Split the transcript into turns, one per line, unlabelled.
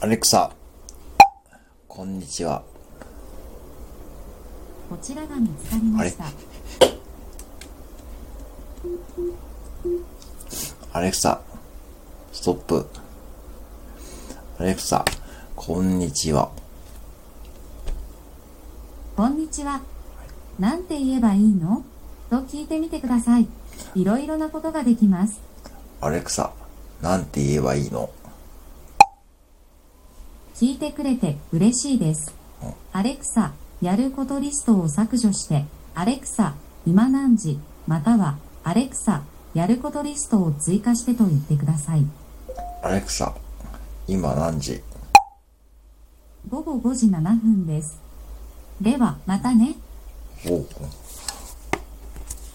アレクサ、こんにちは。
こちらが見つかりました。
アレクサ、ストップ。アレクサ、こんにちは。
こんにちは。なんて言えばいいのと聞いてみてください。いろいろなことができます。
アレクサ、なんて言えばいいの
聞いてくれて嬉しいです。アレクサ、やることリストを削除して、アレクサ、今何時、または、アレクサ、やることリストを追加してと言ってください。
アレクサ、今何時
午後5時7分です。では、またね。
おう